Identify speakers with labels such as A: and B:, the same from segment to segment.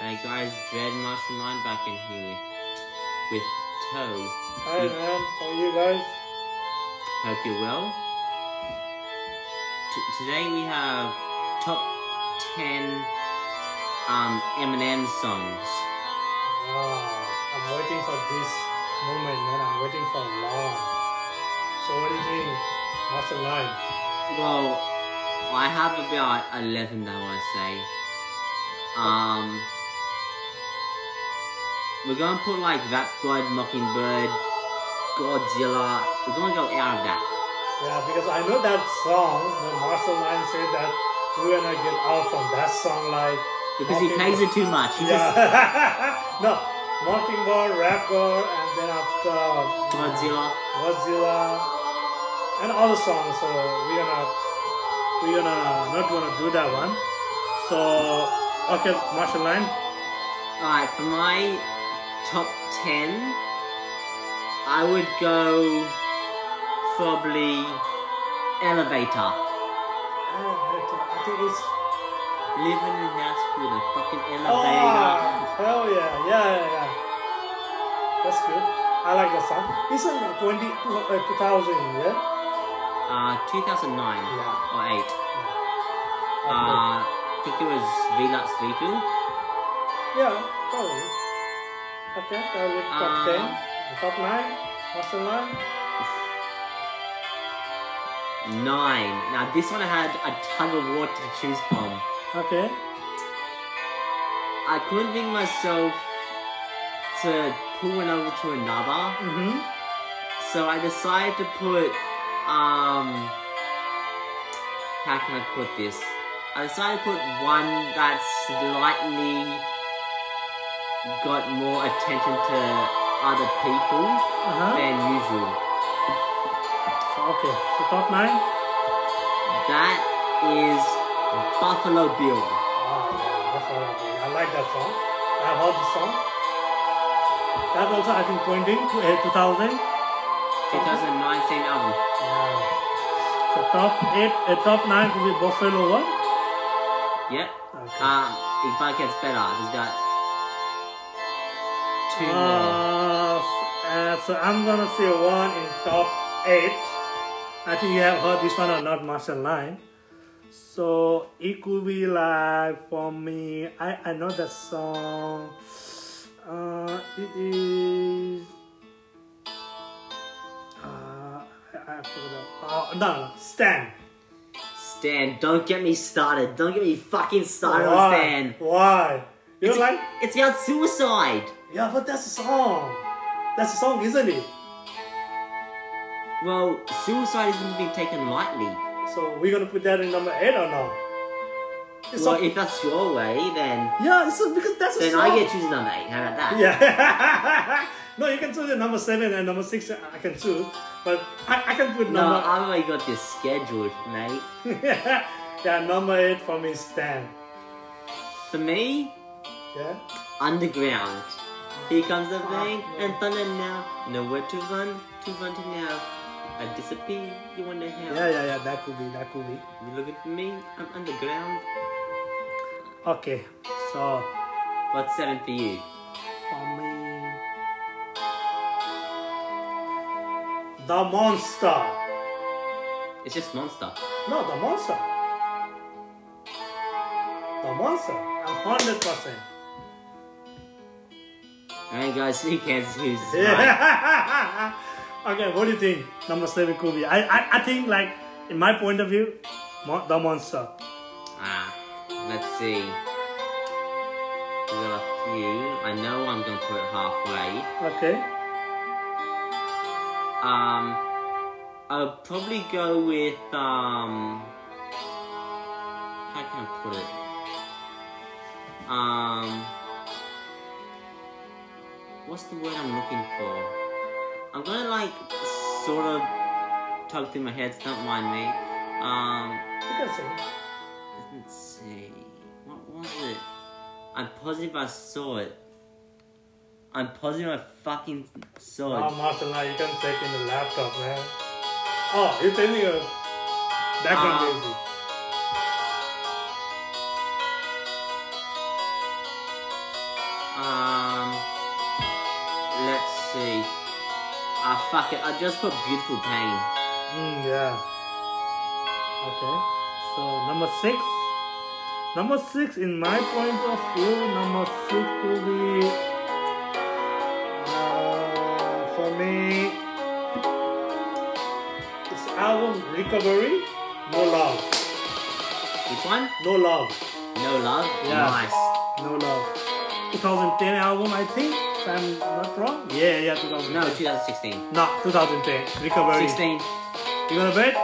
A: Uh, guys, Dread Mastermind back in here with Toad.
B: Hi man, how are you guys?
A: Hope you're well. T- today we have top 10 um, Eminem songs.
B: Wow, Ah, I'm waiting for this moment, man. I'm waiting for long. So what do you think? What's the line?
A: Well, I have about 11 that I want to say. Um, we're going to put like Rap God, Mockingbird, Godzilla. We're going to go out of that.
B: Yeah, because I know that song. The Marshall Line said that we're gonna get out from that song like
A: Because he
B: Mocking-
A: plays it too much. He just
B: Yeah. no, Mockingbird, Rap God, and then after
A: Godzilla.
B: Godzilla, and all the songs. So we're gonna we're gonna not gonna do that one. So okay, Marshall Line.
A: Alright, for my top 10, I would go probably Elevator.
B: I think it's.
A: Living in a house with a fucking elevator.
B: Oh, hell yeah, yeah, yeah, yeah. That's good. I like that song. It's in 20, uh, 2000, yeah?
A: Uh, 2009
B: Yeah.
A: or 8. Uh, I
B: Okay.
A: think it was Velux Vipu.
B: yeah, probably. Okay, that would be top
A: Um,
B: 10. Top 9? What's the 9?
A: 9. Now, this one I had a tug of war to choose from.
B: Okay.
A: I couldn't bring myself to pull one over to another.
B: Mm-hmm.
A: So I decided to put, um, how can I put this? I decided to put one that slightly got more attention to other people
B: Uh-huh.
A: than usual.
B: So, okay, so top 9?
A: That is Buffalo Bill.
B: Uh-huh. Ah, that's what I think. I like that song. I heard the song. That also, I think, 20, uh, 2000.
A: 2019 album.
B: So top eight, uh, top nine will be Buffalo one.
A: Yep.
B: Okay.
A: Um, if I gets better, he's got two more.
B: Uh, uh, so I'm gonna say one in top eight. I think you have heard this one or not, Marshall Line. So it could be like for me. I I know the song. Uh, it is. Uh, I, I forgot. Oh no, no, Stan.
A: Stan, don't get me started. Don't get me fucking started on
B: Why?
A: Stan.
B: Why? You
A: It's,
B: like?
A: it's about suicide.
B: Yeah, but that's a song. That's a song, isn't it?
A: Well, suicide isn't being taken lightly.
B: So we're gonna put that in number eight or no? It's
A: well,
B: a-
A: if that's your way, then
B: yeah, it's a, because that's a
A: then
B: song.
A: I get choose number eight. How about that?
B: Yeah. no, you can choose the number seven and number six. uh, I I can choose, but I, I can put
A: No,
B: number.
A: I've already got this scheduled, mate.
B: yeah, number eight for me is Stan.
A: For me,
B: Yeah.
A: underground. Here comes the rain and thunder now. Nowhere to run, to run to now. I disappear, you wanna help.
B: Yeah, yeah, yeah. That could be. That could be.
A: You looking for me? I'm underground.
B: Okay. So
A: What's seven for you?
B: for me, the monster.
A: It's just monster.
B: No, the monster. The monster. hundred percent.
A: Alright guys, who cares who's right?
B: Yeah. okay, what do you think? Number seven could be. I, I, I think like in my point of view, mo- the monster.
A: Ah, let's see. We got a few. I know I'm gonna put it halfway.
B: Okay.
A: Um, I'll probably go with um. How can I put it? Um, what's the word I'm looking for? I'm gonna like sort of tug through my head. so Don't mind me. Um,
B: You can say.
A: let's see. What was it? I'm positive I saw it. I'm positive I fucking saw it.
B: Oh, Marshall, now you can check in the laptop, man. Oh, you're telling you. That one
A: Um, Um,
B: crazy.
A: let's see. Ah, fuck it. I just put beautiful pain.
B: Mm, yeah. Okay. So number six. Number six, in my point of view, number six will be uh, for me. It's album Recovery, No Love,
A: Which one?
B: No Love,
A: No love.
B: Yeah.
A: Nice.
B: No Love. 2010 album, I think. If I'm not wrong. Yeah, yeah, 2010.
A: No, 2016.
B: no 2010. Recovery.
A: 16.
B: You gonna bet?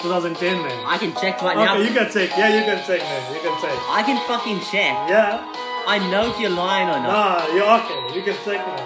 B: 2010, man.
A: I can check right now.
B: Okay, you can check. Yeah, you can check, man. You can check.
A: I can fucking check.
B: Yeah.
A: I know if you're lying or not.
B: Nah, you're okay. You can check now.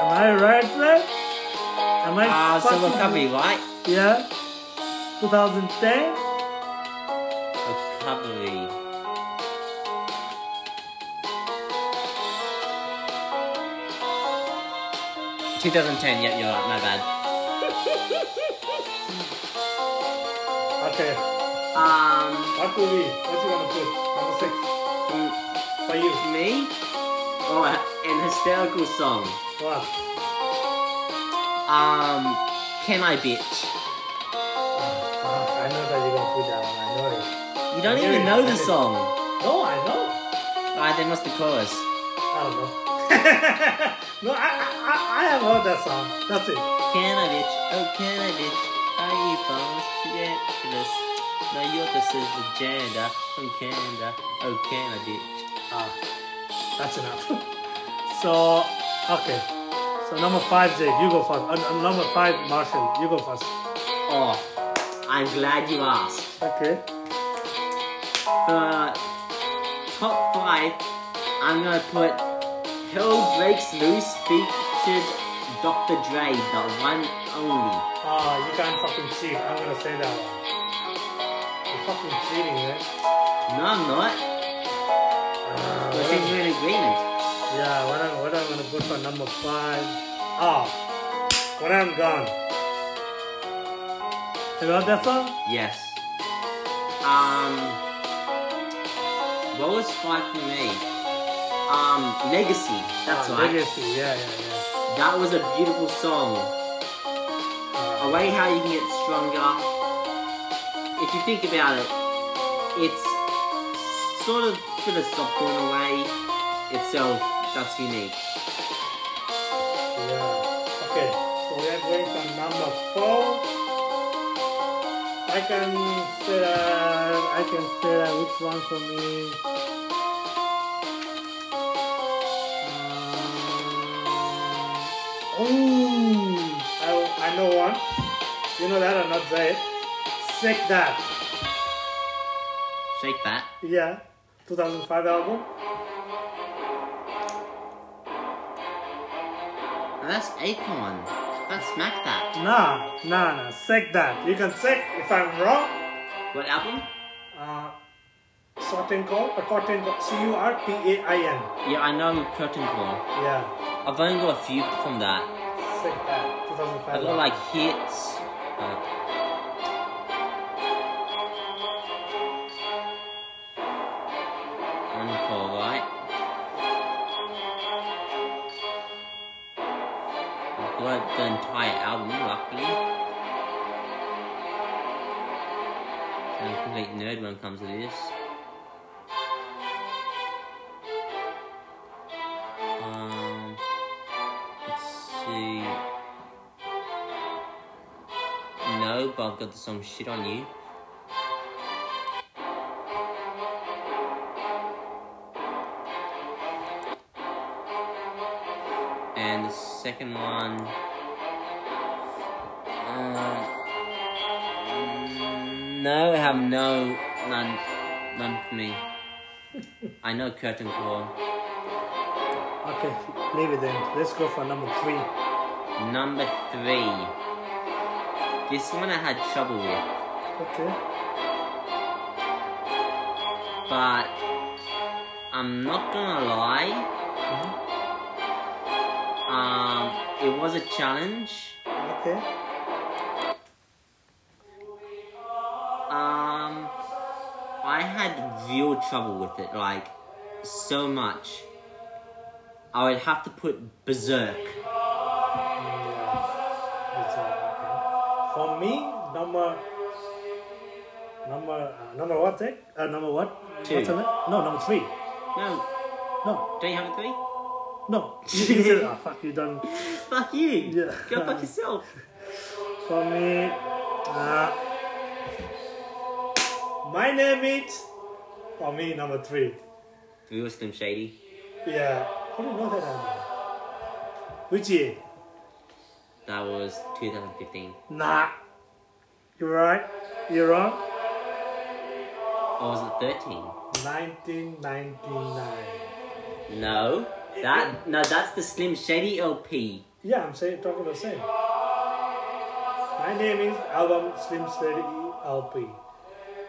B: Am I right there? Am I?
A: Ah, so
B: fucking-
A: we're copy, right?
B: Yeah. 2010.
A: Recovery. Two thousand ten. Yep, you're right. My bad.
B: Okay.
A: Um,
B: What will be? What you gonna put? Number six for you.
A: me? Oh, an hysterical song.
B: What?
A: Um, can I bitch?
B: Ah, Fuck, I know that you're gonna put that one. I know it.
A: You don't even know the song.
B: No, I know.
A: Alright, then what's the chorus?
B: I don't know. no, I, I, I, I have heard that song. That's it.
A: Can I bitch? Oh, can I bitch? Are you ridiculous? No, you're just as the gender from Canada. Oh, can I bitch?
B: Ah, that's enough. so, okay. So number five, Jake, you go first. Uh, uh, number five, Marshall, you go first.
A: Oh, I'm glad you asked.
B: Okay.
A: For top five, I'm gonna put Hill Breaks Loose featured Dr. Dre, the one only.
B: Ah, you can't fucking cheat. I'm gonna say that one. You're fucking cheating, man.
A: No, I'm not.
B: Uh,
A: We're
B: what
A: in
B: I'm-
A: agreement.
B: yeah, what I'm, what I'm gonna put for number five? Ah, when I'm gone. You heard that song?
A: Yes. Um. What was five for me? Um, Oh, Legacy. That's
B: Ah,
A: right.
B: Legacy. Yeah, yeah, yeah.
A: That was a beautiful song. A way how you can get stronger. If you think about it, it's sort of philosophical in a way itself. That's unique.
B: Yeah. Okay, so we are going from number four. I can say that, I can say that which one for me. Um, Ooh, I, I know one. You know that or not, Zay? Sick that.
A: Shake that.
B: Yeah, 2005 album.
A: Now that's Akon. That's Smack That.
B: Nah, nah, nah. Sick that. You can check if I'm wrong.
A: What album?
B: Uh, Sorting call, a cotton call, C U R P A I N.
A: Yeah, I know Curtain Call.
B: Yeah, uh,
A: I've only got a few from that.
B: sick that. 2005.
A: I've got like hits. Uh, Encore, right? I've got the entire album, luckily. I'm a complete nerd when it comes to this. Um, let's see. No, but I've got the song Shit on You. And the second one. Uh, mm, no, I have no. None. None for me. I know Curtain Call.
B: Okay, leave it then. Let's go for number three.
A: Number three. This one I had trouble with.
B: Okay.
A: but I'm not gonna lie,
B: Mhm.
A: um, it was a challenge.
B: Okay.
A: Um, I had real trouble with it, like so much. I would have to put Berserk.
B: It's, uh, okay. For me, number number uh, number what? Zach? Uh, number what?
A: Two.
B: What's the la- no, number three.
A: No,
B: No,
A: don't you have a three?
B: no. You said, "Ah, fuck you done.
A: Fuck you.
B: Yeah.
A: Go fuck yourself.
B: For me, uh, my name is. For me, number three.
A: We were Slim Shady.
B: Yeah. How do you know that? Andy? Which year?
A: That was 2015.
B: Nah. You're right. You're wrong.
A: Or was it 13?
B: 1999.
A: No. That no, that's the Slim Shady LP.
B: Yeah, I'm saying talking the same. My name is album Slim E Shady LP.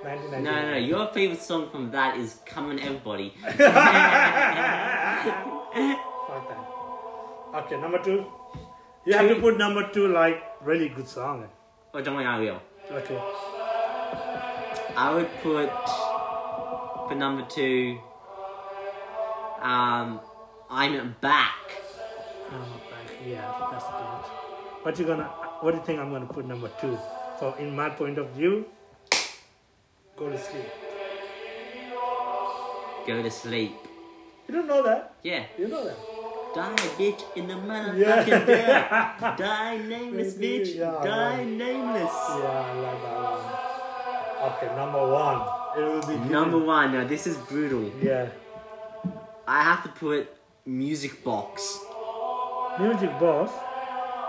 B: 1999.
A: No, no, no. Your favorite song from that is "Come on Everybody."
B: Fuck that. Okay, number two. You have to put number two like really good song.
A: oh, don't worry, I will.
B: Okay.
A: I would put for number two. Um, I'm back.
B: Um, yeah, that's good. What you gonna? What do you think I'm gonna put number two? So in my point of view, go to sleep.
A: Go to sleep.
B: You don't know that.
A: Yeah.
B: You know that.
A: Die, bitch, in the motherfucking
B: Yeah.
A: dirt. Die, nameless,
B: Maybe,
A: bitch.
B: yeah,
A: Die,
B: right.
A: nameless.
B: Yeah, I like that one. Okay, number one. It will be
A: Number one. Now this is brutal.
B: Yeah.
A: I have to put Music Box.
B: Music boss.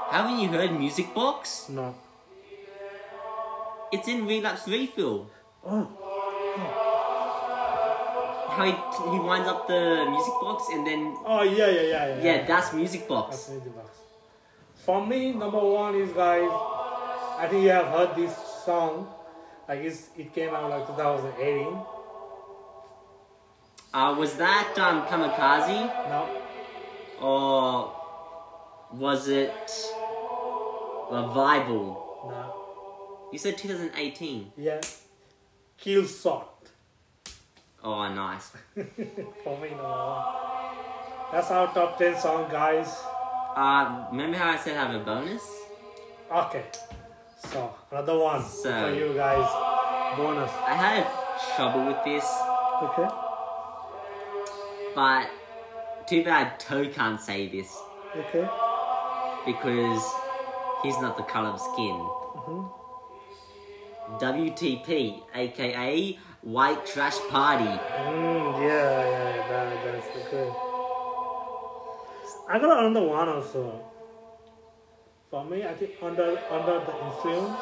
A: Haven't you heard Music Box?
B: No.
A: It's in Relapse Refill.
B: Oh.
A: How he, he winds up the music box and then
B: Oh yeah yeah yeah yeah.
A: yeah, that's music
B: That's
A: box.
B: music box. For me, number one is guys. I think you have heard this song. Like it's, it came out like 2018.
A: Uh, was that um, Kamikaze
B: No.
A: or was it Revival?
B: No.
A: You said 2018.
B: Yeah. Kill shot.
A: Oh, nice.
B: For me, number one. That's our top 10 song, guys.
A: Uh, remember how I said I have a bonus?
B: Okay. So, another one
A: So-
B: for you guys. Bonus.
A: I had trouble with this,
B: Okay.
A: but too bad Toe can't say this
B: Okay.
A: because he's not the color of skin.
B: Mhm.
A: WTP, aka White Trash Party.
B: Mm, yeah, yeah, that, that's good. I got another one also. For me, I think under under the influence.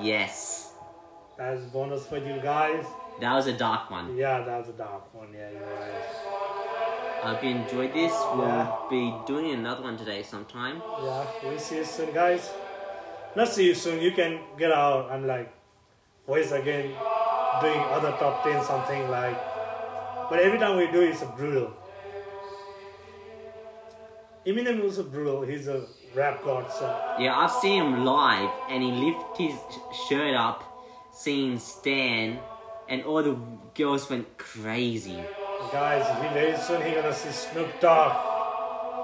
A: Yes.
B: That's bonus for you guys.
A: That was a dark one.
B: Yeah, that's a dark one. Yeah, you're right.
A: I hope you enjoyed this. We'll
B: Yeah.
A: be doing another one today sometime.
B: Yeah, we see you soon, guys. Not see you soon. You can get out and like voice again, doing other top ten something like. But every time we do, it's brutal. Eminem was a brutal. He's a rap god, so
A: Yeah, I've seen him live and he lifted his sh- shirt up, seeing Stan, and all the girls went crazy.
B: guys, he very soon he gonna see Snoop Dogg.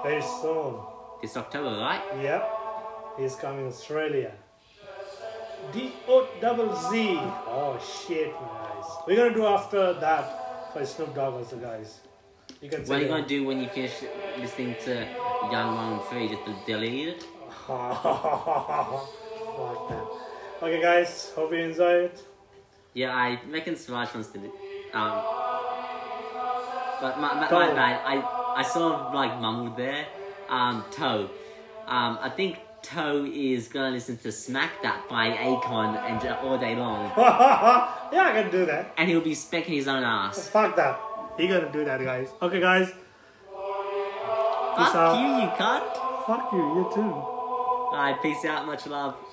B: Very soon.
A: This October, right?
B: Yep, he's coming Australia. D O double Z. Oh shit, guys. We're gonna do after that for Snoop Dogg also, guys. You can
A: What are
B: say
A: you gonna do when you finish listening to Young Long 3? Just to delete it?
B: Fuck that. Okay, guys. Hope you enjoy it.
A: Yeah, I reckon Siraj wants to do. Um, but my, my, my
B: Toe.
A: bad, I, I sort of like mumbled there. Um, Toe. Um, I think Toe is gonna listen to Smack That by Akon and uh, all day long.
B: yeah, I can do that.
A: And he'll be specking his own ass.
B: Fuck that. He gonna do that, guys. Okay, guys.
A: Fuck
B: out.
A: you, you cunt!
B: Fuck you. You too.
A: Alright, peace out, much love.